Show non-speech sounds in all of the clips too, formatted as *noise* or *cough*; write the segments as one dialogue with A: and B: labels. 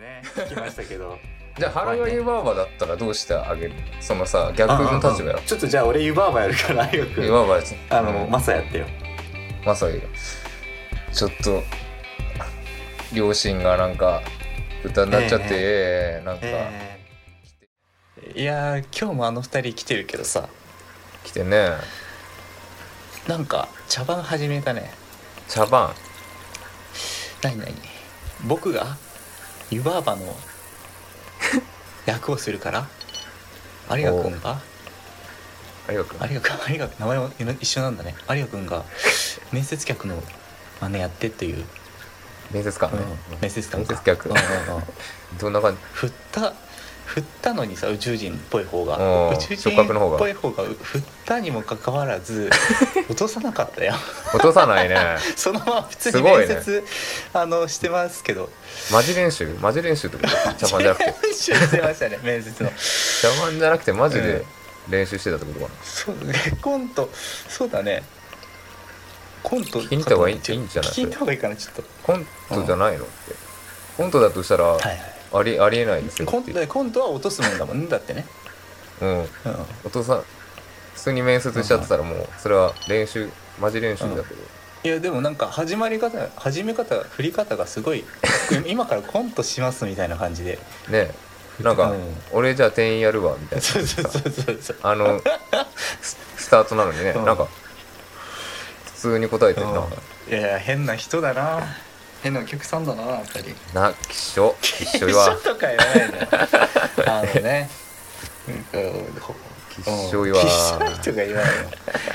A: ね聞きましたけ *laughs* ど
B: じゃあ腹が湯婆婆だったらどうしてあげるそのさ逆の立場
A: うんうんう
B: よ
A: んちょっとじゃあ俺湯婆婆やるからよ
B: 湯
A: く
B: 婆婆です
A: あの、
B: うん
A: マサやってよ
B: まさにちょっと両親がなんか歌になっちゃって、なんか
A: えーいやー今日もあの二人来てるけどさ
B: 来てね
A: なんか茶番始めたね
B: 茶番
A: 何何僕が湯婆婆 *laughs* の役をするから有賀君が
B: ありがとう
A: 有賀君有賀君名前も一緒なんだね有賀君が面接客の真似やってっていう、
B: 面接官
A: う
B: ね
A: ん、面接官
B: 面
A: か
B: 接客
A: うんうんうん
B: どんな感
A: 振った振ったのにさ宇宙人っぽい方
B: う
A: が
B: ん
A: 宇宙人
B: 触覚の方
A: っ
B: が
A: ぽい方が振ったにもかかわら
B: *laughs*
A: ず落とさなかったよ
B: じ落とさないね
A: *laughs* そのまま普通
B: す
A: に
B: ご
A: 面
B: いね
A: 接、あのしてますけど
B: マジ練習マジ練習ってこと茶番じゃなく
A: *laughs*
B: て
A: 練習してましたね面接の
B: 茶番じゃなくてマジ
A: う
B: で
A: ん
B: 練習してたってことかな、
A: そうねコントそうだねコント
B: 聞きに行った方がいい
A: ちょ
B: いいんじゃない
A: 聞きに行った方がいいかなちょっと
B: コントじゃないのってコントだとしたら、
A: はい
B: ありありえないですよ
A: コン
B: って
A: トコントは落とすもんだもんねだってね
B: うん
A: うん
B: お父さん普通に面接しちゃってたらもうそれは練習マジ練習だけど、
A: いやでもなんか始まり方始め方振り方がす
B: *laughs*
A: ごい今からコントしますみたいな感じで
B: ねなんか、
A: うん
B: 俺じゃあ店員やるわみたい
A: *laughs*
B: な
A: そうそうそうそうそう
B: あのススタートなのにね、
A: うん
B: なんか普通に答えてるな、
A: うんいやいや変な人だな変なお客さんだなやっぱり
B: なきっしょきっしょ
A: 一緒
B: は
A: とか言わないのよ *laughs* あのね
B: きっしょいわ
A: きっしょいとか言わないの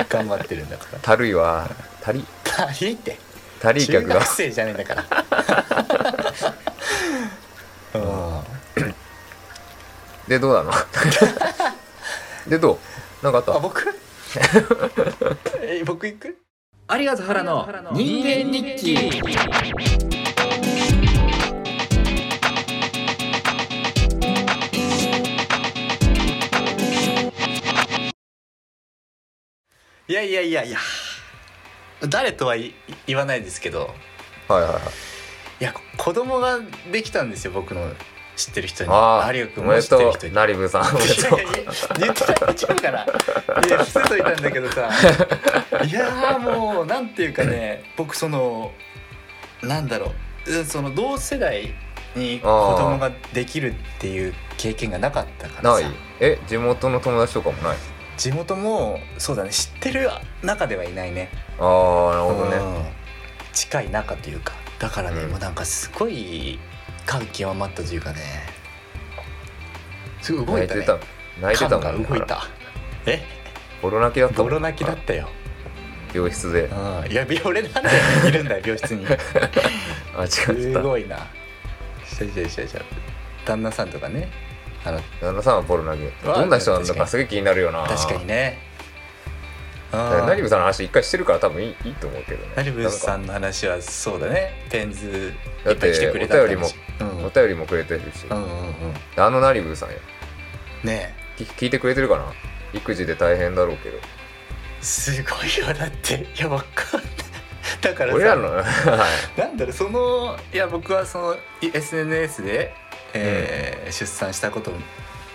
A: 頑張ってるんだから
B: たるいわたり
A: 足りって
B: たりい
A: 中
B: 客が
A: 学生じゃねえんだから *laughs* うん
B: でどう
A: *laughs*
B: なのでどうなんかあった
A: あ僕 *laughs* え僕行く
C: ありがとう原の人間日記
A: いやいやいやいや誰とは言言わないですけど
B: はいはいはい
A: いやこ子供ができたんですよ僕の知ってる人に
B: ああ
A: 有
B: ー
A: 君
B: お
A: も
B: め
A: 知
B: で
A: ってる
B: と
A: 人
B: う
A: に。
B: なりぶさんお
A: *laughs*
B: め
A: い
B: で
A: やい
B: とう
A: やいや言ってた言っちゃうからいや伏せといたんだけどさいやーもうなんていうかね僕そのなんだろううんその同世代に子供ができるっていう経験がなかったから
B: ない
A: さ
B: え地元の友達とかもない
A: 地元もそうだね知ってる中ではいないね
B: ああなるほどね、
A: うん近い中というかだからね、
B: うん
A: もうなんかすごい感極まったというかねすごい動いた
B: 泣い
A: ね
B: てた泣いて
A: 感
B: たも
A: が
B: んね
A: 動いた
B: *laughs*
A: え
B: ボロ泣きだった
A: ボ
B: もん
A: ロ泣きだったよ、
B: 病室で
A: うん、いやび俺なんでいるんだよ病
B: *laughs*
A: 室に
B: あ違う違
A: す
B: う
A: ごいなしゃしゃしゃしゃ旦那さんとかねあの
B: 旦那さんはボロ投げ
A: わあ
B: どんな人なん
A: 確
B: だ
A: か
B: か
A: に
B: すげえ気になるよな
A: 確かにねうん
B: 成部さんの話一回してるから多分いいいいと思うけどね
A: 成分さ
B: ん
A: んの話はそうだね天図い
B: だ
A: っ
B: っ
A: ぱい来てくれ
B: て
A: た
B: お便りも
A: りうん
B: お便りもくれてるし、
A: うんうんうん
B: あの成部さんや
A: ねえ
B: き聞いてくれてるかな育児で大変だろうけど
A: すごいよだっていやわかんないだから
B: 俺ら
A: さ
B: の *laughs* はい
A: なんだろうそのいや僕はそのい SNS で、えー出産したことを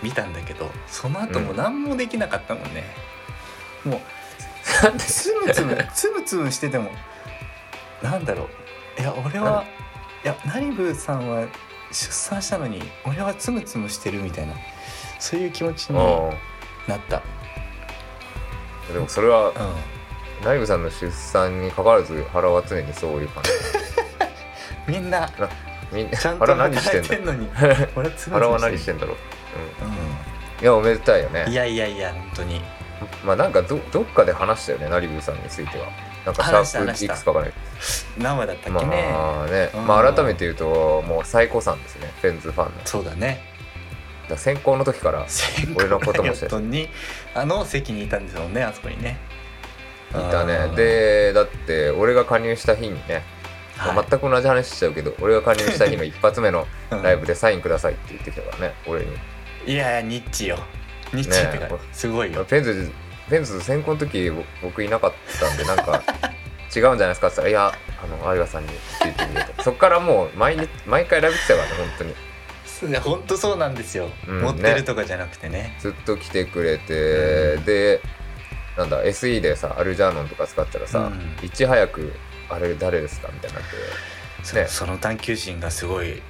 A: 見たんだけどその後も
B: うん
A: 何もできなかったもんね、もうつむつむ *laughs* つむつむしててもなんだろういや俺はいやナリブさんは出産したのに俺はつむつむしてるみたいなそういう気持ちに
B: う
A: なった、
B: んでもそれは
A: うん、
B: 成部さんの出産にかかわらず原は常にそういう感じ
A: みんな
B: みんな
A: ちゃんと
B: 原何して
A: 働い
B: ん
A: て
B: だ
A: んのに *laughs* 俺はつむつむ
B: 原は何
A: し
B: して
A: る
B: てんだろ
A: う
B: う、うん、いやおめでたいよね
A: んいやいやいや本当に
B: まあなんかどどっかで話したよねナリブーさんについてはなんかシ
A: 話した
B: ャー
A: 話し
B: プい
A: た
B: くつかがね
A: 何話だったっ
B: ま
A: けね、
B: あね、
A: うん
B: まあ改めて言うともう最高さんですねフェンズファンのだか
A: そうだね
B: ら選考の時から
A: 戦
B: 俺
A: 国
B: のこと
A: ライ
B: も
A: オ
B: して
A: ットにあの席にいたんですよねあそこにね
B: いた
A: う
B: ね
A: ん
B: でだって俺が加入した日にね、
A: はい
B: まあ全く同じ話しちゃうけど俺が加入した日の一発目の
A: うん
B: ライブでサインくださいって言ってきたからね俺に
A: いやいやニッチよニッチってか、
B: ね
A: すごいよ
B: フェンズフェンズ選考の時ぼ僕いなかったんでなんか違うんじゃないですかって言ったら「いやあの有賀さんに」って言ってみるとそっからもう毎日毎回ライブ来てたからね本当に
A: そうね本当そうなんですよ、
B: うん
A: 持ってるとかじゃなくてね
B: ずっと来てくれて、
A: うん
B: でなんだ SE でさアルジャーノンとか使ったらさ、
A: うん
B: いち早く「あれ誰ですか?」みたいになって、
A: そ
B: ね
A: その探求心がすごい、うん、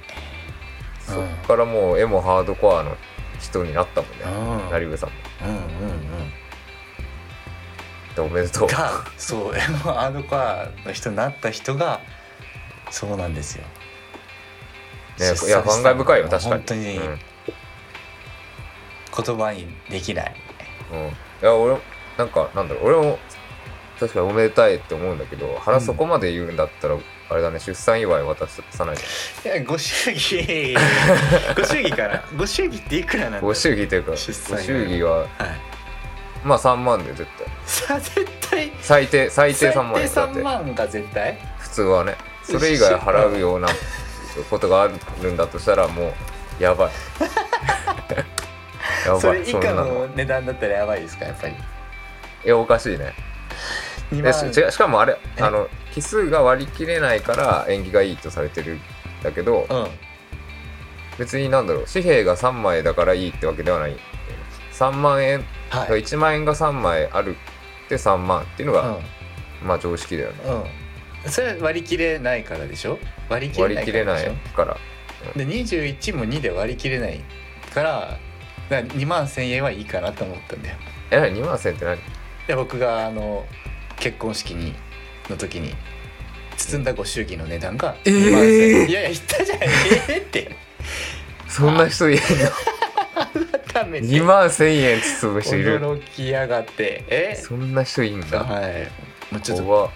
B: そっからもう絵もハードコアの人になったもんね、
A: うん
B: 成部さんも
A: うんうんうん
B: でおめでとう
A: がそう *laughs* M アードコアの人になった人がそうなんですよ、
B: ね
A: 出
B: いや
A: 産
B: 感慨深いよ
A: した
B: 確かに
A: 本当に
B: うん
A: 言葉にできない
B: うん、いや俺もなんかなんだろう俺も確かにおめでたいって思うんだけど
A: う
B: 腹
A: ん
B: そこまで言うんだったら、あれだね出産祝い渡さないで
A: いや *laughs* ご祝
B: *laughs*
A: 儀ご祝儀からご祝儀っていくらなんだ
B: ご祝儀というかご
A: 出産祝い
B: 祝儀は
A: はい
B: まあ3万で絶対
A: さ絶対
B: 最低最低3万よだ
A: 最
B: っ
A: 低3
B: て
A: 万が絶対
B: 普通はねそれ以外払うようなことがあるんだとしたらもうやば
A: *laughs*
B: いやばい
A: それ以下
B: んなの
A: の値段だったらやばいですかやっぱり
B: いやおかしいね
A: 2
B: でし
A: 万
B: 違うしかもあれ
A: え
B: あの奇数が割り切れないから縁起がいいとされてるんだけど
A: うん
B: 別になんだろう紙幣が3枚だからいいってわけではない3万円
A: はい、
B: 1万円が3枚あるって3万っていうのが、まあ常識だよね
A: うんうんそれは割り切れないからでしょ割り切れ
B: 割
A: な
B: り
A: いから
B: 切れ
A: で
B: な
A: しょ
B: いから
A: で21も2で割り切れないからだから2万1,000円はいいかなと思ったんだよ
B: えらい2万1000って何
A: で僕があの結婚式にの時に包んだご祝儀の値段が
B: えー
A: 2万1000円いやいや言ったじゃんええって
B: そんな人いる
A: 改め
B: の
A: て
B: 2万1000円包む人いる
A: 驚きやがってえ
B: そんな人いんだ
A: はいもうちょっと
B: 怖っ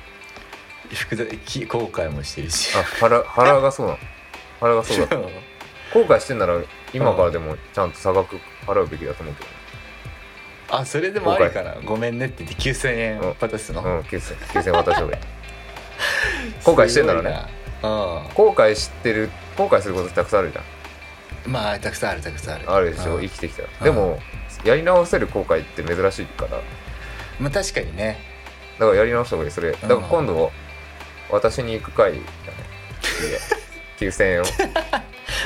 A: 複雑き後悔もしてるし
B: あ腹腹がそうなの腹
A: *laughs*
B: がそうだった後悔してんなら今からでもちゃんと差額払うべきだと思うけ
A: あそれでもありかなごめんねって言って9,000円渡すの、
B: どうん9000 9000渡した方がいい後悔してんならね
A: すごいな
B: *laughs* 後悔してる後悔することってたくさんあるじゃん
A: うんまあたくさんあるたくさんある
B: あるでしょ
A: うん
B: 生きてきたら
A: うん
B: でもやり直せる後悔って珍しいからだ
A: まあ確かにね
B: からやり直した方がいいそれだから今度私に行
A: *laughs*
B: く回だね家9000円を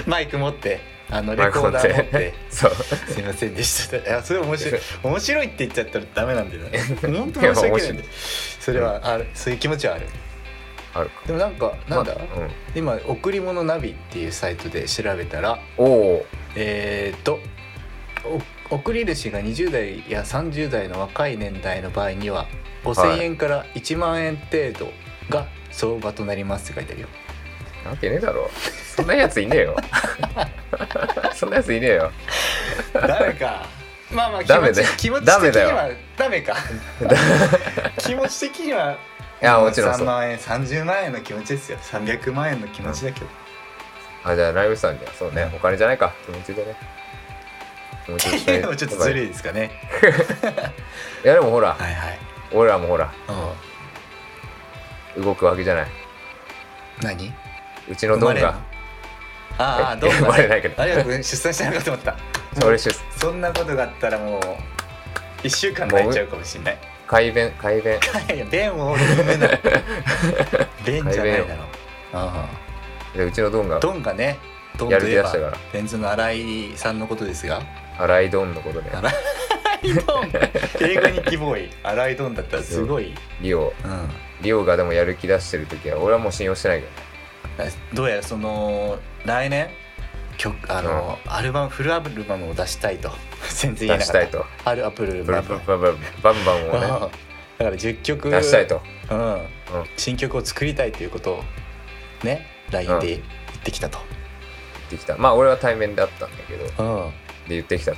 A: マイク持ってあの
B: マ
A: レ
B: イク
A: コ
B: 持
A: ーダ
B: っ
A: ー持って
B: てそう
A: 「すいませんでした」いやそれ面白い面白いって言っちゃったらダメなんだよね本当申し訳ないんだよそれはあるそういう気持ちはある
B: あるか
A: でもなんかなんだ、
B: まあうん
A: 今「贈り物ナビ」っていうサイトで調べたら
B: おお
A: えー、っとお贈り主が20代や30代の若い年代の場合には5,000円から1万円程度が相場となりますって書いてあるよ
B: なわけねえだろそんなやついねえ
A: *laughs*
B: よそんなやついねえよ
A: ダメか。 *laughs* まあまあ気
B: ダ
A: 持
B: メだよ
A: ち気持ち
B: ダメ
A: 的
B: だ
A: に
B: よ
A: はダメか。 *laughs* 気持ち的には。
B: いやもちろんそ
A: 3
B: う
A: 万円30万円の気持ちですよ300万円の気持ちだけど、
B: あじゃあライブさんじゃそうね
A: うん
B: お金じゃないか気持ちでね気持ち
A: って *laughs* いうのもちょっとずるいですかね
B: いやでもほら
A: はいはい
B: 俺らもほら
A: う
B: 動くわけじゃない
A: ん何
B: うちの
A: 生ま
B: ドン
A: れんの
B: が
A: ああ
B: え
A: どう
B: 生まれないけど
A: ありがとうございます出産してなかったと思った
B: 俺出
A: そんなことがあったらもう1週間泣いちゃうかもしれない
B: 改便改便
A: いや便を飲
B: *laughs*
A: めない便じゃないだろうあ
B: でうちのドン
A: あ
B: が
A: ドンがねドン
B: や
A: と
B: る
A: いえ
B: 気出
A: ば
B: したから
A: ベンズの新井さんのことですが
B: 洗いドンのことで
A: 洗イド
B: *laughs*
A: ン英語にキボーイ洗いドンだったらすごい、
B: リオ
A: うん、
B: リオがでもやる気出してる時は俺はもう信用してないけどね
A: どうやらその来年曲あの、アルバムフルアルバムを出したいと *laughs* 全然言えな
B: 出し
A: か
B: た
A: っ
B: いと
A: たアルアップル
B: ブ
A: バ
B: ル
A: ム
B: ブル
A: うん
B: ブルブルバンバン
A: だ
B: をね
A: から10曲
B: 出したいと
A: うん
B: ん
A: 新曲を作りたいということをね LINE で言ってきたと、
B: 言ってきたまあ俺は対面であったんだけどで
A: うんも
B: 言ってきた
A: う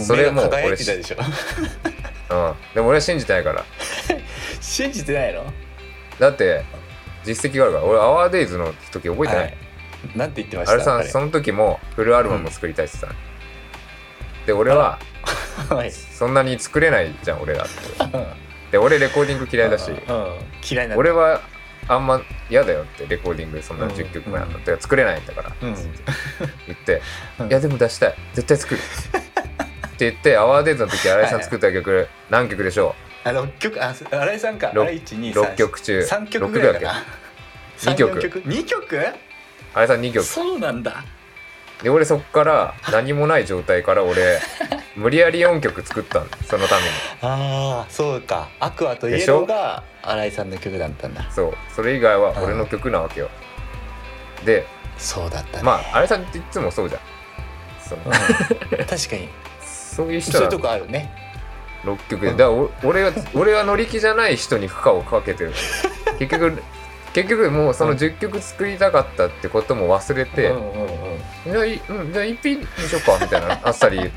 B: そ
A: 目
B: れ
A: が
B: もう
A: 輝い
B: 俺
A: てたでしょ
B: うんでも俺は信じてないから
A: *laughs* 信じてないの
B: だって実績があるから俺アワーデイズの時覚えてな
A: は
B: い、
A: いなんて言ってました
B: あれさん
A: 彼
B: その時もフルアルバムを作りたいって言ってた、で俺は
A: はい
B: そんなに作れないじゃん俺らって
A: うん
B: で俺レコーディング *laughs* 嫌いだし
A: うん嫌いなんだ
B: 俺はあんま嫌だよってレコーディングそんな10曲もやんの、
A: うん
B: てか作れないんだから
A: うん
B: 言って
A: うん
B: いやでも出したい絶対作るって言ってアワーデートの時新井さん作った曲何曲でしょ
A: あ六曲あす新井さんか
B: 六
A: 新井一
B: う
A: 二
B: 6曲中
A: 三曲
B: 六
A: ぐらいか
B: だっ
A: な
B: け二曲
A: 三四曲二曲
B: け新井さん2曲
A: そうなんだ
B: で俺そっから何もない状態から俺無理やり4曲作ったのそのために
A: ああそうかアクアとイエローが新井さんの曲だったんだ
B: そうそれ以外は俺の曲なわけよで
A: そうだったね、
B: まああれさんっていつもそうじゃんその
A: 確かに
B: そういう人
A: そういう
B: は
A: とこあるね
B: 6曲でだからお俺は俺は乗り気じゃない人に負荷をか
A: *laughs*
B: けてる結局結局もうその10曲作りたかったってことも忘れて、
A: うんうんうん、
B: じゃあ、いうん、じゃあ一品にしようかみたいなあっさり言う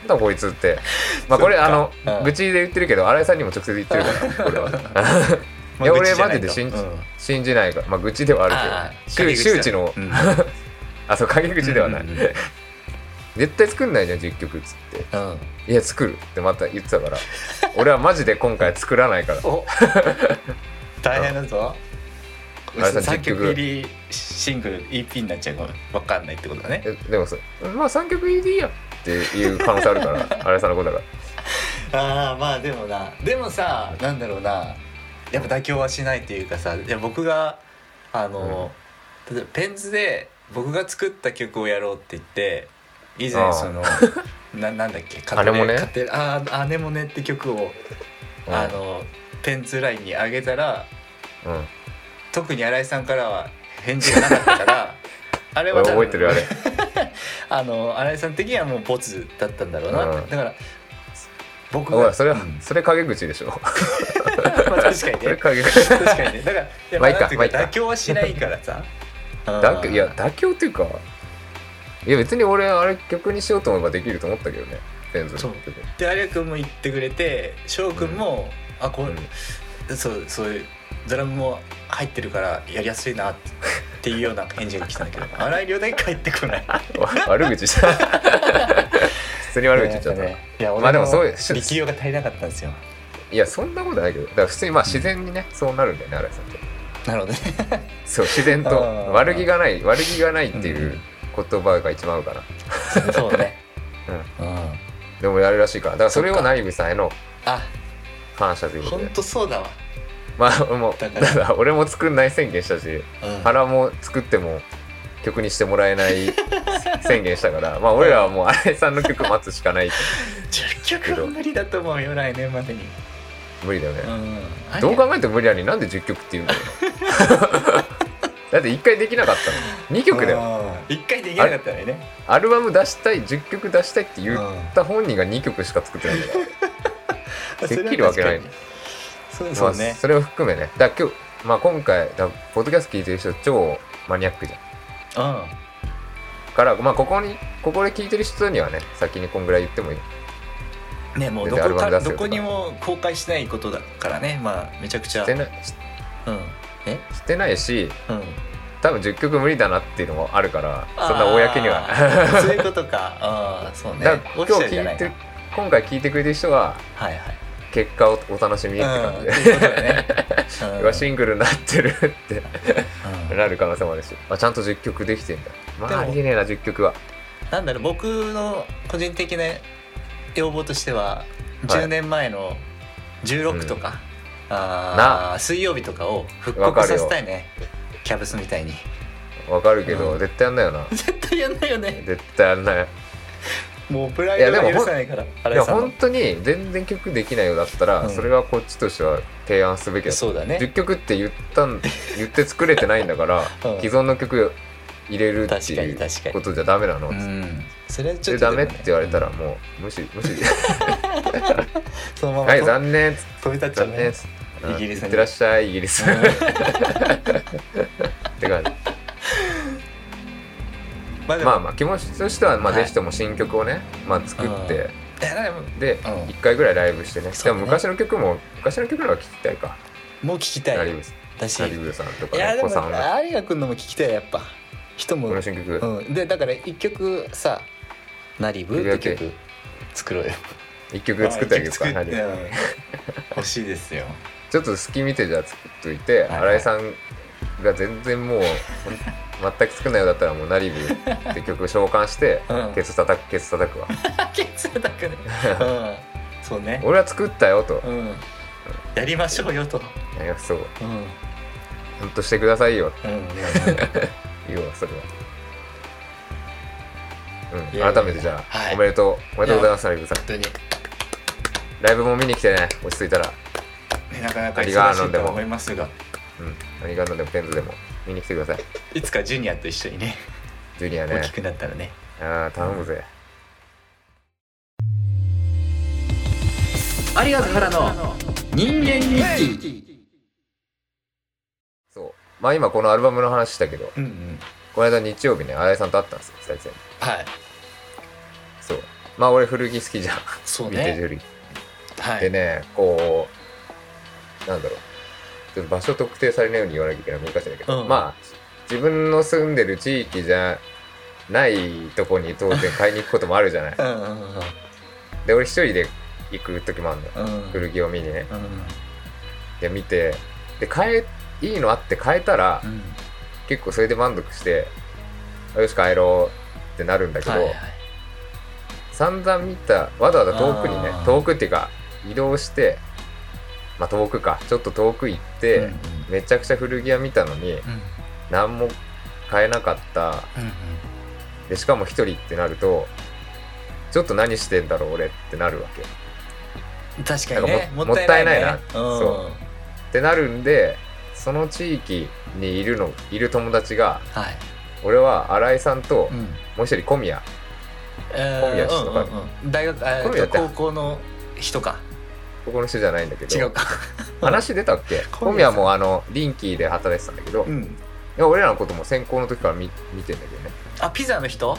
B: なんだこいつってまあこれ
A: そっ
B: あ
A: か
B: の、
A: うん
B: 愚痴で言ってるけど新井さんにも直接言ってるからこれは *laughs* いや
A: まあ愚
B: 俺
A: 痴じゃ
B: マ
A: な
B: ジ
A: い
B: で信じ,、
A: とうん
B: 信じないからまあ愚痴ではあ
A: あ
B: る
A: あ
B: けど周周知の
A: うん
B: あそう陰口ではない、
A: うんうんうん
B: 絶対作んないじゃん10曲っつって
A: うん
B: いや作るってまた言ってたから俺はマジで今回作らないから
A: お大変だぞ
B: あれさ
A: 3曲
B: 結局
A: 入りシングル EP になっちゃうかも分かんないってことだね
B: えでもさまあ3曲入りでいいやっていう可能性あるから
A: *laughs*
B: 新井さんのことだか
A: ああまあでもなでもさなんだろうなやっぱ妥協はしないっていうかさいや僕があの、例えばペンズで僕が作った曲をやろうって言って以
B: あ
A: 前
B: あ
A: そ
B: *laughs*
A: のななんだっけ「
B: アネモネ
A: カテレああアネモネ」って曲を、あ
B: ら
A: のペンズラインに上げたら
B: うん、うん
A: 特に新井さんからは返事がなかったから
B: *laughs*
A: あれは
B: 俺
A: 多分
B: 覚えてる
A: *laughs*
B: あれ
A: あの新井さん的にはもうボツだったんだろうな、
B: うん
A: だから僕
B: おいそれは、
A: うん
B: それ陰口でし
A: *laughs*
B: ょ
A: まあ確かに
B: それ
A: ね
B: 陰口
A: 確かにねだからやっ
B: まあ
A: ぱ
B: いいか
A: なんていうか
B: まあいいか
A: 妥協はしないからさ
B: 妥協いや
A: うん
B: 妥協っていうかいや別に俺あれ曲にしようと思えばできると思ったけどねベンズ
A: そ
B: の
A: う
B: 曲
A: で有く君も言ってくれて翔くんも、あこう、そうそういうドラムも入ってるからやりやすいなってっていうような返事が来たんだけど荒井亮だけ返ってこない
B: わ *laughs* 悪口じゃん *laughs* 普通に悪口言っちゃったな、
A: いや
B: まあでもそういう
A: 力量が足りなかったんですよ
B: いやそんなことないけどだから普通にまあ自然にね、そうなるんだよね新井さんって
A: なるほどね
B: そう自然と
A: あー
B: 悪気がない悪気がないっていううん言葉が一番合うかな、
A: そうねうん
B: でもやるらしいからだからそれをナイブさんへの
A: あ
B: 感謝ということ
A: 本
B: で
A: 当そうだわ
B: まあ俺も
A: だから
B: *laughs* だから俺も作んない宣言したし
A: うん
B: 原も作っても曲にしてもらえない
A: *laughs*
B: 宣言したからまあ俺らはもう新井さんの曲待つしかないって
A: 10曲は無理だと思うよ来年までに
B: 無理だよ
A: う
B: ね、
A: ん
B: どう考えても無理なのになんで10曲って言うん
A: *laughs*
B: だよだって1回できなかったの2曲だよ
A: よ一回できなかったらね
B: アルバム出したい10曲出したいって言
A: うん
B: った本人が2曲しか作ってないんだからてっきり分けない
A: *laughs* そうそう
B: まあ
A: ね、
B: それを含めねだから今日、まあ、今回だからポッドキャスト聞いてる人超マニアックじゃんから、まあ、ここにここで聞いてる人にはね先にこんぐらい言ってもいい
A: うんねもうど
B: でアル
A: こ
B: バ
A: か
B: ム出す
A: ど
B: よと
A: こ
B: か
A: にも公開しないことだからねまあめちゃくちゃ
B: してないし
A: うんえ
B: してないし
A: うん
B: 多分10曲無理だなっていうのもあるからそんな公には
A: あーそういうことかああそうね
B: だから今日
A: オフィシャルじゃな
B: 聞いて
A: な
B: 今回聞いてくれてる人は
A: はいはい
B: 結果をお楽しみって感
A: う
B: じ
A: ん
B: で、
A: ということでねうん
B: う *laughs* わシングルになってるって
A: うん
B: なる可能性もあるし、まあ、ちゃんと10曲できてんだま
A: でも
B: あありえねえな10曲は
A: なんだろう僕の個人的な要望としては、10年前の16とか、あー水曜日とかを復
B: わか
A: 刻
B: るよ
A: させたいねキャブスみたいに
B: わかるけど、
A: うん
B: 絶対やんないよな
A: 絶対やんないよね
B: 絶対やんない
A: もうプラ
B: いや
A: イ
B: で
A: ド
B: も
A: が許さないから
B: い
A: 荒
B: や
A: 井さん
B: 本
A: の
B: 当に全然曲できないようだったら、
A: うん
B: それはこっちとしては提案すべきだと
A: そうだね
B: 10曲って言ったん言って作れてないんだから、
A: *laughs* うん
B: 既存の曲入れるって
A: 確か
B: い
A: に
B: う
A: 確かに
B: ことじゃダメなの、
A: うんそれはちょ
B: で
A: っと
B: ダ
A: でも
B: メ
A: ね
B: って言われたらもう無視
A: *laughs*
B: 無視
A: そのまま
B: はい残念っつって
A: 飛び立っちゃう
B: 残念っ
A: ね
B: つってうん
A: イギリスに
B: 行ってらっしゃいイギ
A: *laughs*
B: リスって感じ
A: まあでも
B: まあまあ気持ちとしてはまあ
A: はい
B: ぜひとも新曲をね、まあ、作って
A: いやでも
B: で
A: うん
B: 1回ぐらいライブしてね
A: そう
B: で
A: だね
B: も昔の曲も昔の曲の方が聴きたいか
A: もう聞きた
B: ラ
A: い
B: リ
A: よ
B: ブ
A: だし
B: ラリブさんとか
A: いや
B: ね
A: で
B: 子
A: も
B: さんの
A: 有賀君のも聞きたいやっぱ人も
B: この新曲、
A: うん、でだから一曲さ「ナリブ」って曲作ろうよ
B: 一曲作ってあげようか
A: 一曲作
B: な
A: っ
B: り
A: てうん欲しいです
B: *laughs*
A: よ
B: ちょっと隙見てじゃあ作っといて、
A: はい
B: 新井さんが全然もう *laughs* ほん全く作んないようだったらもう「ナリブ」って曲召喚して、
A: うん
B: ケツ叩くケツ叩くわ
A: ケツ叩くねうんそうね
B: 俺は作ったよと、
A: うんやりましょうよと
B: いやそう
A: うんうん
B: ほんとしてくださいよ
A: うん
B: 言うわそれは
A: いやいや
B: うん、改めてじゃあ、
A: はい
B: おめでとうおめでとうございます成久さん
A: 当に
B: ライブも見に来てね落ち着いたら
A: なかなか
B: あり
A: 忙
B: がと
A: し
B: う
A: い
B: で
A: と
B: も
A: 思いますが
B: うん何があんのでもペンズでも見に来てください
A: いつかジュニアと一緒にね
B: ジュニア
A: 大
B: ね
A: きくなったらね
B: ああ頼むぜ
C: 有ヶ原の人間日記
B: そうまあ今このアルバムの話したけど
A: うんうん
B: この間日曜日ね新井さんと会ったんですよ久々に
A: はい
B: そうまあ俺古着好きじゃん
A: そう
B: ビンテージ
A: ね
B: 古着
A: は
B: で
A: い
B: ねこうなんだろうちょっと場所特定されないように言わなきゃいけない難しいんだけど、
A: うん
B: まあ自分の住んでる地域じゃないとこに当然買いに行くこともあるじ
A: *laughs*
B: ゃない
A: うんうんうん
B: で俺一人で行く時もあるのよ
A: うん
B: 古着を見にね
A: うん
B: で見てで買えいいのあって買えたら
A: うん
B: 結構それで満足してあよし帰ろうってなるんだけど、
A: はいはい
B: 散々見たわざわざ遠くにね
A: あー
B: 遠くっていうか移動してまあ遠くかちょっと遠く行って、
A: うんうん
B: めちゃくちゃ古着屋見たのに
A: うん
B: 何も買えなかった
A: うん
B: でしかも一人ってなるとちょっと何してんだろう俺ってなるわけっ
A: うん確かにね
B: なんかももったいないな
A: もったい
B: そ
A: な
B: う
A: いね
B: てなるんでその地域にいるのいる友達が
A: うんはい
B: 俺は新井さんと
A: うん
B: もう一人小宮
A: え
B: 宮
A: ー
B: 氏とか
A: うんうんうん大学え
B: 小宮
A: ー
B: って
A: 高校の人か
B: ここの人じゃないんだけ
A: 違
B: ど
A: うか
B: 話出たっけ
A: 小
B: 小
A: 宮
B: 宮
A: さん
B: もあのリンキーで働いてたんだけど、
A: う
B: い
A: ん
B: や俺らのことも専攻の時から見見てんだけどね
A: あピザの人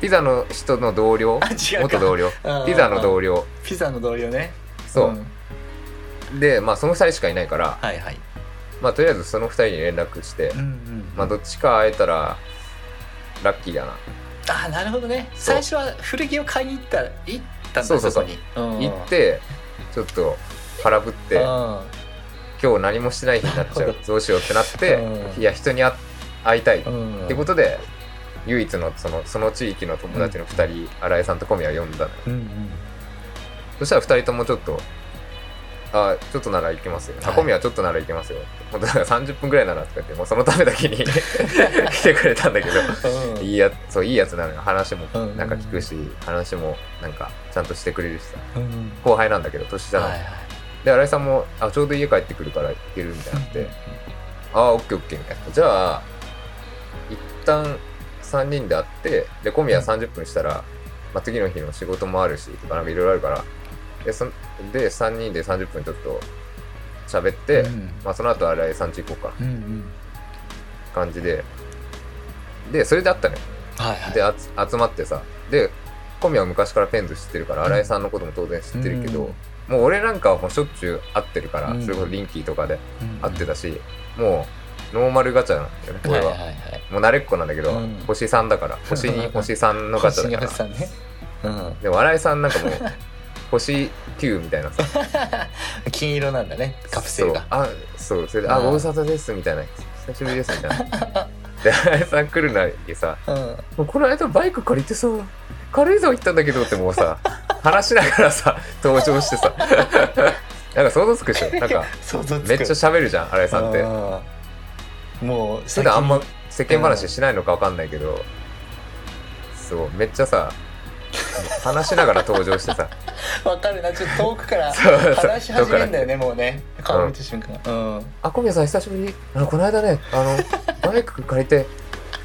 B: ピザの人の同僚
A: あ *laughs* 違うか
B: 元同僚
A: うん
B: ピザの同僚
A: ピザの同僚ね
B: そ
A: ん
B: う、でまあその2人しかいないから
A: はいはい
B: まあとりあえずその2人に連絡して、
A: うんうん
B: まあどっちか会えたらラッキーだな、
A: あなるほどね
B: そ
A: 最
B: う
A: 初は古着を買いに行った行ったんだ
B: そうそうそう
A: こにうん
B: 行ってちょっと空振って
A: うん
B: 今日何もしてない日になっち
A: な
B: ゃ
A: る *laughs*
B: う
A: ほ
B: どうしようってなって、
A: うん
B: いや人に会会いたい、っ
A: うん
B: てことで唯一のそのその地域の友達の2人、新井さんと小宮を呼んだのよ
A: うんうん
B: そしたら2人ともちょっと「あちょっとなら行けますよ」
A: はい
B: あ「小宮はちょっとなら行けますよ」もうだから30分ぐらいならとか言ってもうそのためだけに *laughs* 来てくれたんだけど
A: うん
B: いいやそういいやつなのよ話も
A: うん
B: なんか聞くし、話もなんかちゃんとしてくれるしさ
A: うん
B: 後輩なんだけど年じゃない、
A: はいはい
B: で新井さんもあちょうど家帰ってくるから行けるみたいになって、ああオッケーオッケーみたいなじゃあ一旦3人で会ってで小宮30分したら、まあ、次の日の仕事もあるしとかなんかいろいろあるからでそんで3人で30分ちょっと喋って、
A: うん
B: まあ、その後新井さんち行こうか
A: うんうん
B: 感じででそれで会ったのよ
A: はいはい
B: であつ集まってさで小宮は昔からペンズ知ってるから
A: ん
B: 新井さんのことも当然知ってるけど、
A: うん
B: もう俺なんかはもうしょっちゅう会ってるから、
A: うん
B: それこそリンキーとかで
A: うん
B: 会ってたし、もうノーマルガチャなんだよね俺は、
A: いいはい
B: もう慣れっこなんだけど、
A: うん
B: 星3だから
A: *laughs*
B: 星に星3のガチャだ
A: 星
B: か
A: 野
B: ら
A: さんねうん
B: でも新井さんなんか
A: *laughs*
B: もう星9みたいなさ
A: 金色なんだねカプセル
B: そう
A: が
B: あそうそれで「あ
A: うん
B: ご無沙汰です」みたいな「久しぶりです」みたいな
A: *laughs*
B: で *laughs* 新井さん来るなりさ
A: うん
B: もうこの間バイク借りてさ軽井沢行ったんだけどっても
A: *laughs*
B: うさ話しながらさ登場してさ *laughs* なんか想像つ
A: *laughs*
B: くでしょなんか
A: 想像つく
B: めっちゃ喋るじゃん新井さんって
A: うんもう
B: 普段あんま世間話しないのかわかんないけど、そうめっちゃさ話しながら登場してさ
A: わかるなちょっと遠くから
B: そうそ
A: *laughs*
B: う
A: 話し始めんだよね
B: ね
A: もうね顔見た瞬間うん
B: *laughs* あ小宮さん久しぶりあのこの間ねあのバイク借りて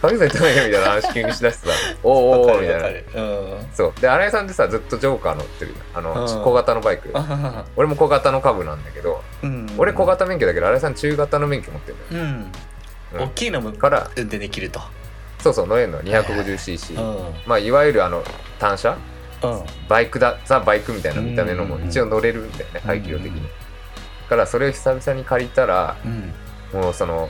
B: 軽井沢行ったんだけどみたいな話急にしだしてさ「おーおーおーみたいな
A: るうん
B: そうで新井さんってさずっとジョーカー乗ってるあの、
A: うん
B: 小型のバイク
A: あはは
B: 俺も小型の株なんだけど
A: うん
B: 俺小型免許だけど新井さん中型の免許持ってるのよ
A: うん
B: うん
A: 大きいのも
B: から
A: 運転できると
B: そうそう乗れるの
A: う
B: 250cc、
A: んうん
B: まあいわゆるあの単車バイクだザ・バイクみたいな見た目のも
A: うん
B: 一応乗れるんだよね排気量的
A: うん
B: にだからそれを久々に借りたら
A: うん
B: もうその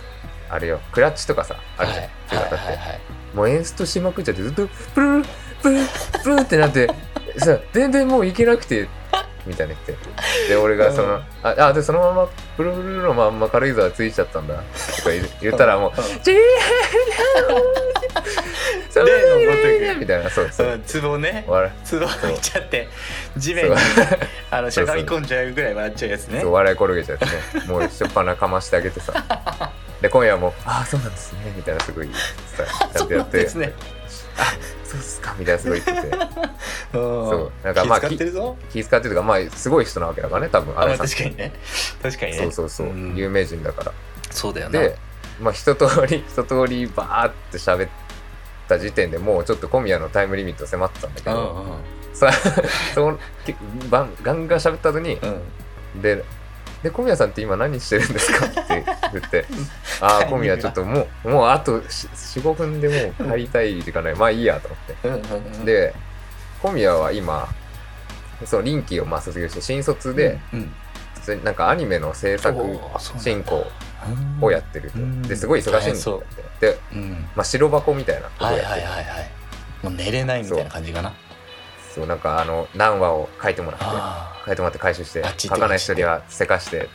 B: あれよクラッチとかさあるじゃん中型
A: はい
B: っ
A: はい
B: て
A: はいはい
B: もうエンストしまくっちゃってずっとプループループルーってなってさ全然もう行けなくてみたいな言ってで俺がその、
A: うん
B: ああでそのままプルプルのまんま軽井沢ついちゃったんだとか言う言ったらもう「ジェーそれ
A: 例のごとく
B: みたいなそうそううん
A: ツボね
B: 笑
A: ツボ入っちゃって地面
B: そ
A: に
B: う
A: あのしゃがみ込んじゃうぐらい笑っちゃうやつ
B: い
A: ね
B: そう笑い転げちゃってねもうしょっぱなかましてあげてさで今夜も「ああそうなんですね」みたいなすごいさちゃん
A: *laughs* そ
B: と
A: う
B: や
A: な
B: っ
A: ん
B: て
A: ですね
B: そうっすかみたいなすごい言ってて
A: そ
B: そうなんかまあ
A: 気遣ってるぞ
B: 気遣ってるとかまあすごい人なわけだからね多分
A: あ、ま
B: 荒
A: あ、
B: 井さん
A: 確かにね確かにね
B: そうそうそう、
A: うん
B: 有名人だから
A: そうだよな
B: で、まあ、一通り *laughs* 一通りバーって喋った時点でもうちょっと小宮のタイムリミット迫ってたんだけ
A: うん
B: ど、
A: うん
B: さ *laughs* そのけばんガンガン喋った後に
A: うん
B: でで小宮さんって今何してるんですかって言
A: *laughs*
B: ってああ小宮ちょっともうもうあと45分でもう帰りたい時間ないまあいいやと思って
A: うんうんうん
B: で小宮は今その臨機をまあ卒業して新卒で、
A: うん
B: 普通になんかアニメの制作
A: おーそうなんだ
B: 進行
A: うん
B: をやってると
A: うん
B: ですごい忙しいん
A: 大変
B: だ
A: そう
B: ってで、
A: うん
B: まあ、白箱みたいなことを
A: は
B: やっ
A: い
B: てて、
A: はいはいはいもう寝れないみたいな感じかな
B: そうなんかあの何話を書いてもらって
A: ああ
B: 書いてもらって回収して
A: あっち行っ
B: 書
A: て
B: かない人にはせかして、
A: ええ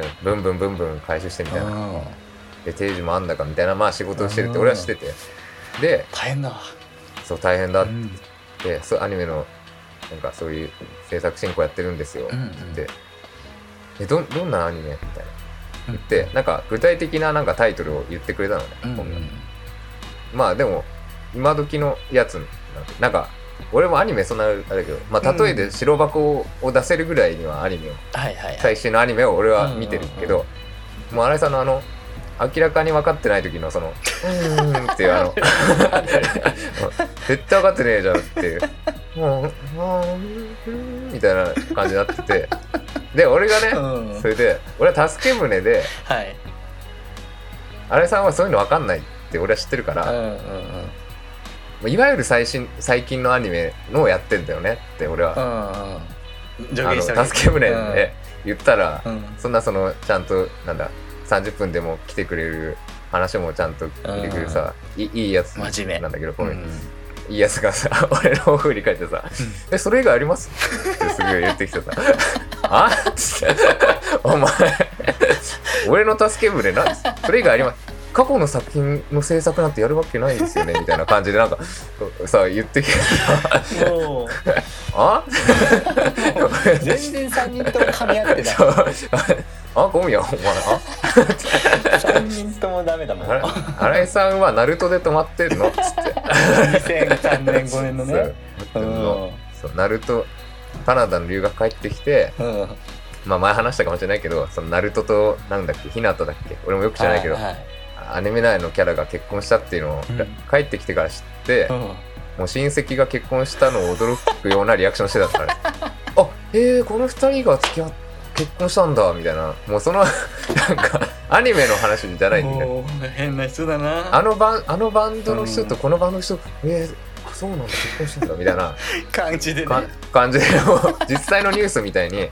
A: ええええ
B: ね、ブンブンブンブン回収してみたいな
A: うん
B: で定時もあんだかみたいなまあ仕事をしてるって
A: うん
B: 俺はしててで
A: 大変だわ
B: そう大変だっ
A: うん
B: て、そうアニメのなんかそういう制作進行やってるんですよ、
A: うんうん
B: ってえどどんなアニメみたいな言ってなんか具体的ななんかタイトルを言ってくれたのね、
A: うんう
B: 今度
A: ん
B: まあでも今時のやつなんてなんか俺もアニメそんなあれだけど、まあ、例え
A: う
B: で
A: ん
B: 白箱を出せるぐらいにはアニメを
A: はいはいはい
B: 最新のアニメを俺は見てるけ
A: う
B: ど、もう新井さんのあの明らかに分かってない時のその「うーん」って
A: *laughs*
B: いうあの絶対分かってねえじゃんっていう「もうもううーん」みたいな感じになっててで俺がね
A: うん
B: それで俺は助け舟で
A: はい
B: 新井さんはそういうの分かんないって俺は知ってるから
A: う、んうんうん
B: いわゆる最新最近のアニメのをやってんだよねって俺は、
A: うんうん
B: あ
A: 助
B: の助け舟で、言ったら、
A: うん
B: そんなそのちゃんとなんだ30分でも来てくれる話もちゃんと来てくれるさ、いいいやつ
A: 真面目
B: なんだけど、こ
A: う
B: うんいういいやつがさ *laughs* 俺の方振り返ってさ「えそれ以外あります?」ってすぐ言ってきてさ「あっ?」つって「お前俺の助け舟なんそれ以外あります過去の作品の制作なんてやるわけないですよね」みたいな感じでなんかさ言ってきて
A: もう
B: あ *laughs*
A: 全然3人とも噛み合 *laughs* ってない
B: そうあゴミやお前あ
A: 3人ともダメだもん
B: あれ
A: *laughs*
B: 新井さんはナルトで止まってんのつって
A: 2003年5年のね
B: そうそうナルトカナダの留学帰ってきて
A: うんうん
B: まあ前話したかもしれないけどそのナルトとなんだっけひなただっけ俺もよく知らないけど、
A: はいはい
B: アニメ内のキャラが結婚したっていうのを、
A: うん
B: 帰ってきてから知って、
A: うん
B: もう親戚が結婚したのを驚くようなリアクションしてたから
A: *laughs*
B: あへえこの二人が付き合っ結婚したんだみたいなもうそのなんかアニメの話じゃないみたいな
A: もう変な人だな
B: あのバンあのバンドの人とこのバンドの人、えーそうなんだ結婚してんだみたいな *laughs*
A: 感じでね
B: か感じで
A: *laughs*
B: もう実際のニュースみたいに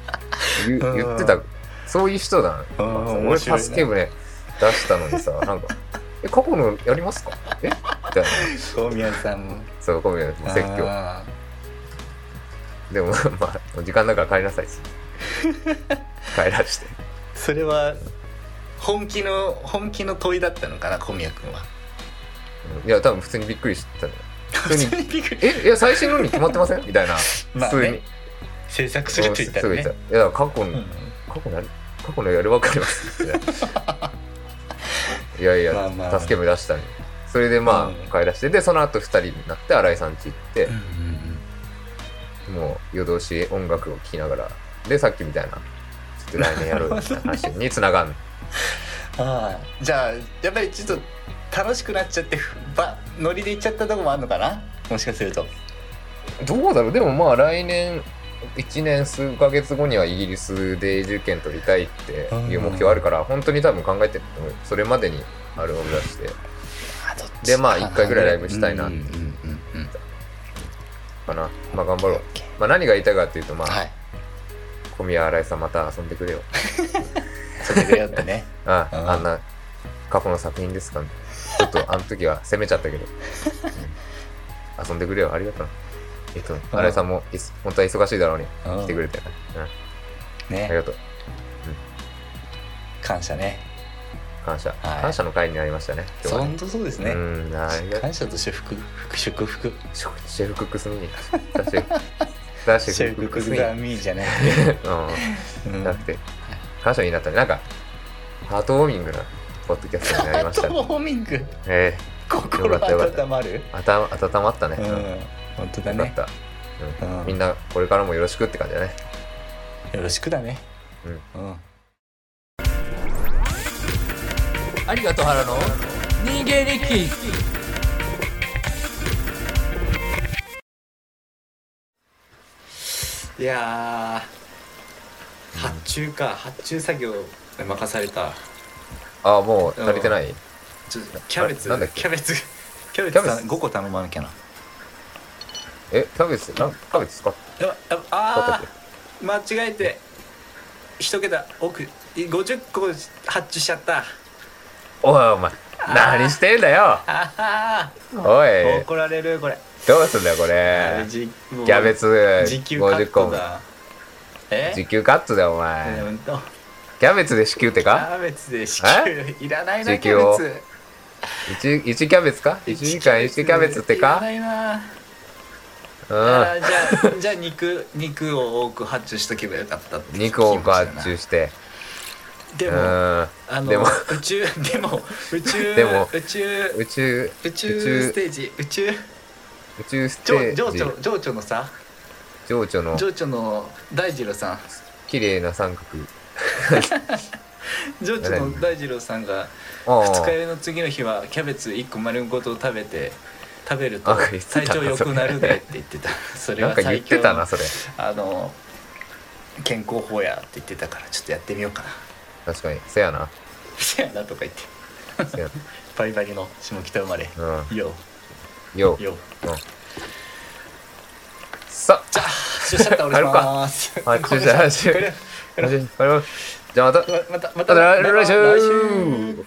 B: 言
A: うん
B: 言ってたそういう人だな
A: うん
B: の
A: 面
B: 俺
A: 白い
B: パ
A: ね
B: スケブね出したのにさなんか *laughs* 「え過去のやりますかえ?」みたいな
A: 小宮さんも
B: そうごめんもう説教
A: あー
B: でも *laughs* まあもう時間だから帰
A: *laughs*
B: りなさいっす帰らして
A: それは本気の本気の問いだったのかな小宮君は
B: うんいや多分普通にびっくりしてたのよ普通に
A: びっくり
B: 「えいや最新のに決まってません?」みたいな
A: まあ
B: 普通に
A: ね制作するって言ったらね
B: すぐいやだから過去の、
A: うん
B: 過去のやる過去のやるわかりま
A: *laughs*
B: すみたいないやいや、
A: まあまあまあ
B: 助けも出したねそれでまあ、
A: うん
B: 帰らしてでその後二人になって新井さん家行って
A: うん、うん
B: もう夜通し音楽を聴きながらでさっきみたいなちょっと来年やろうみたいな
A: *laughs*
B: 話につながんの
A: はいじゃあやっぱりちょっと楽しくなっちゃってばノリで行っちゃったとこもあるのかなもしかすると
B: どうだろうでもまあ来年1年数ヶ月後にはイギリスで永住権取りたいっていう目標あるから、本当に多分考えてると思うそれまでにあれを目指して
A: あどっち
B: でまあ
A: かな
B: 一回ぐらいライブしたいな
A: うんうんうんうん
B: かなまあ頑張ろう、まあ、何が言いたいかっていうとまあ、
A: はい
B: 小宮新井さんまた遊んでくれよ。
A: それぐらいだってね
B: あ
A: うん
B: あんな過去の作品ですかね。ちょっとあの時は攻めちゃったけど。うん遊んでくれよ。ありがとう。えっと、新井さんもいす本当は忙しいだろうに
A: うん
B: *laughs* 来てくれて。うん、あり
A: ね
B: がとう。
A: 感謝ね
B: 感謝。
A: はい
B: 感謝の会になりましたね。今日は
A: 本当そうですね
B: うん、ありがとう。
A: 感謝と祝福祝福
B: シェフシェフクックスミニ。ザシェフザシ
A: 祝
B: ェフクック
A: 福
B: スミニ。
A: がミーじゃない
B: うん。
A: だ
B: なくて、感謝になったね。なんか、ハートウォーミングなポッドキャストになりま
A: ハ
B: し
A: ー
B: た
A: トウ
B: ね。
A: ォーミング
B: え
A: 心
B: よかったよかった
A: 温まる
B: あた温まったね、
A: うん
B: うんよ
A: 本当だ
B: かっ
A: ね
B: た、うん
A: うん
B: みんなこれからもよろしくって感じだね
A: よろしくだねうん
C: ありがとう原の人間日記
A: いやー発注か発注作業任された
B: ああもう足りてない、
A: ちょっとキャベツ
B: あれなんだっけ
A: キャベツキャベ
B: キャ
A: ツ
B: ベツ
A: さん5個頼まなきゃな
B: えキャベツなんキャベツ使っ
A: やば
B: 使ったっ
A: あ
B: け
A: ー間違えて一桁奥い50個発注しちゃった
B: おいお前何してんだよ
A: ああ
B: おい
A: 怒られるこれ
B: どうすんだよこれ
A: キ
B: キャ
A: ャ
B: ベツ
A: 時給カット
B: 50
A: だえ
B: 個時給カットだよお
A: ね
B: 前
A: うんと
B: キャベツで支給って
A: キ
B: か
A: ャベツで支給いらないな
B: 時
A: キ
B: 給
A: ャ
B: を
A: ベツ
B: 1, 一キャベツか1時間1キャベツって
A: いら
B: か
A: ないな
B: う
A: あー
B: ん
A: じゃあじ *laughs* ゃあ肉肉を多く発注しとけばよかったって
B: 肉を発注して
A: で
B: う
A: もあ
B: ん
A: の
B: でも
A: 宇宙でも宇宙
B: でも
A: 宇宙
B: 宇宙
A: 宇
B: 宇
A: 宙
B: 宙
A: ステージ宇宙
B: 宇宙ス
A: 情
B: テ
A: 情
B: ージ
A: 緒情緒のさ
B: 情緒の
A: 情緒の大二郎さん
B: 綺麗な三角
A: 情緒の大二郎さんが
B: あ
A: 二
B: あ
A: 日酔いの次の日はキャベツ一個丸ごと食べて食べると
B: あ言ってた
A: 体
B: な
A: 調良くなる
B: それ
A: でって言ってた
B: *laughs*
A: それ
B: なん
A: は
B: か言っ
A: 最強
B: て
A: の
B: たなそれ
A: あの健康法やって言ってたからちょっとやってみようかな
B: 確かにせやな
A: せやなとか言って
B: せや
A: バリバリの下北生まれ
B: なう
A: よ
B: んよ
A: うよう
B: うんさ
A: じゃあ発注しちゃった俺します
B: あ発注者発注
A: これこれ
B: あじゃあまた
A: またま
B: また
A: た
B: 来週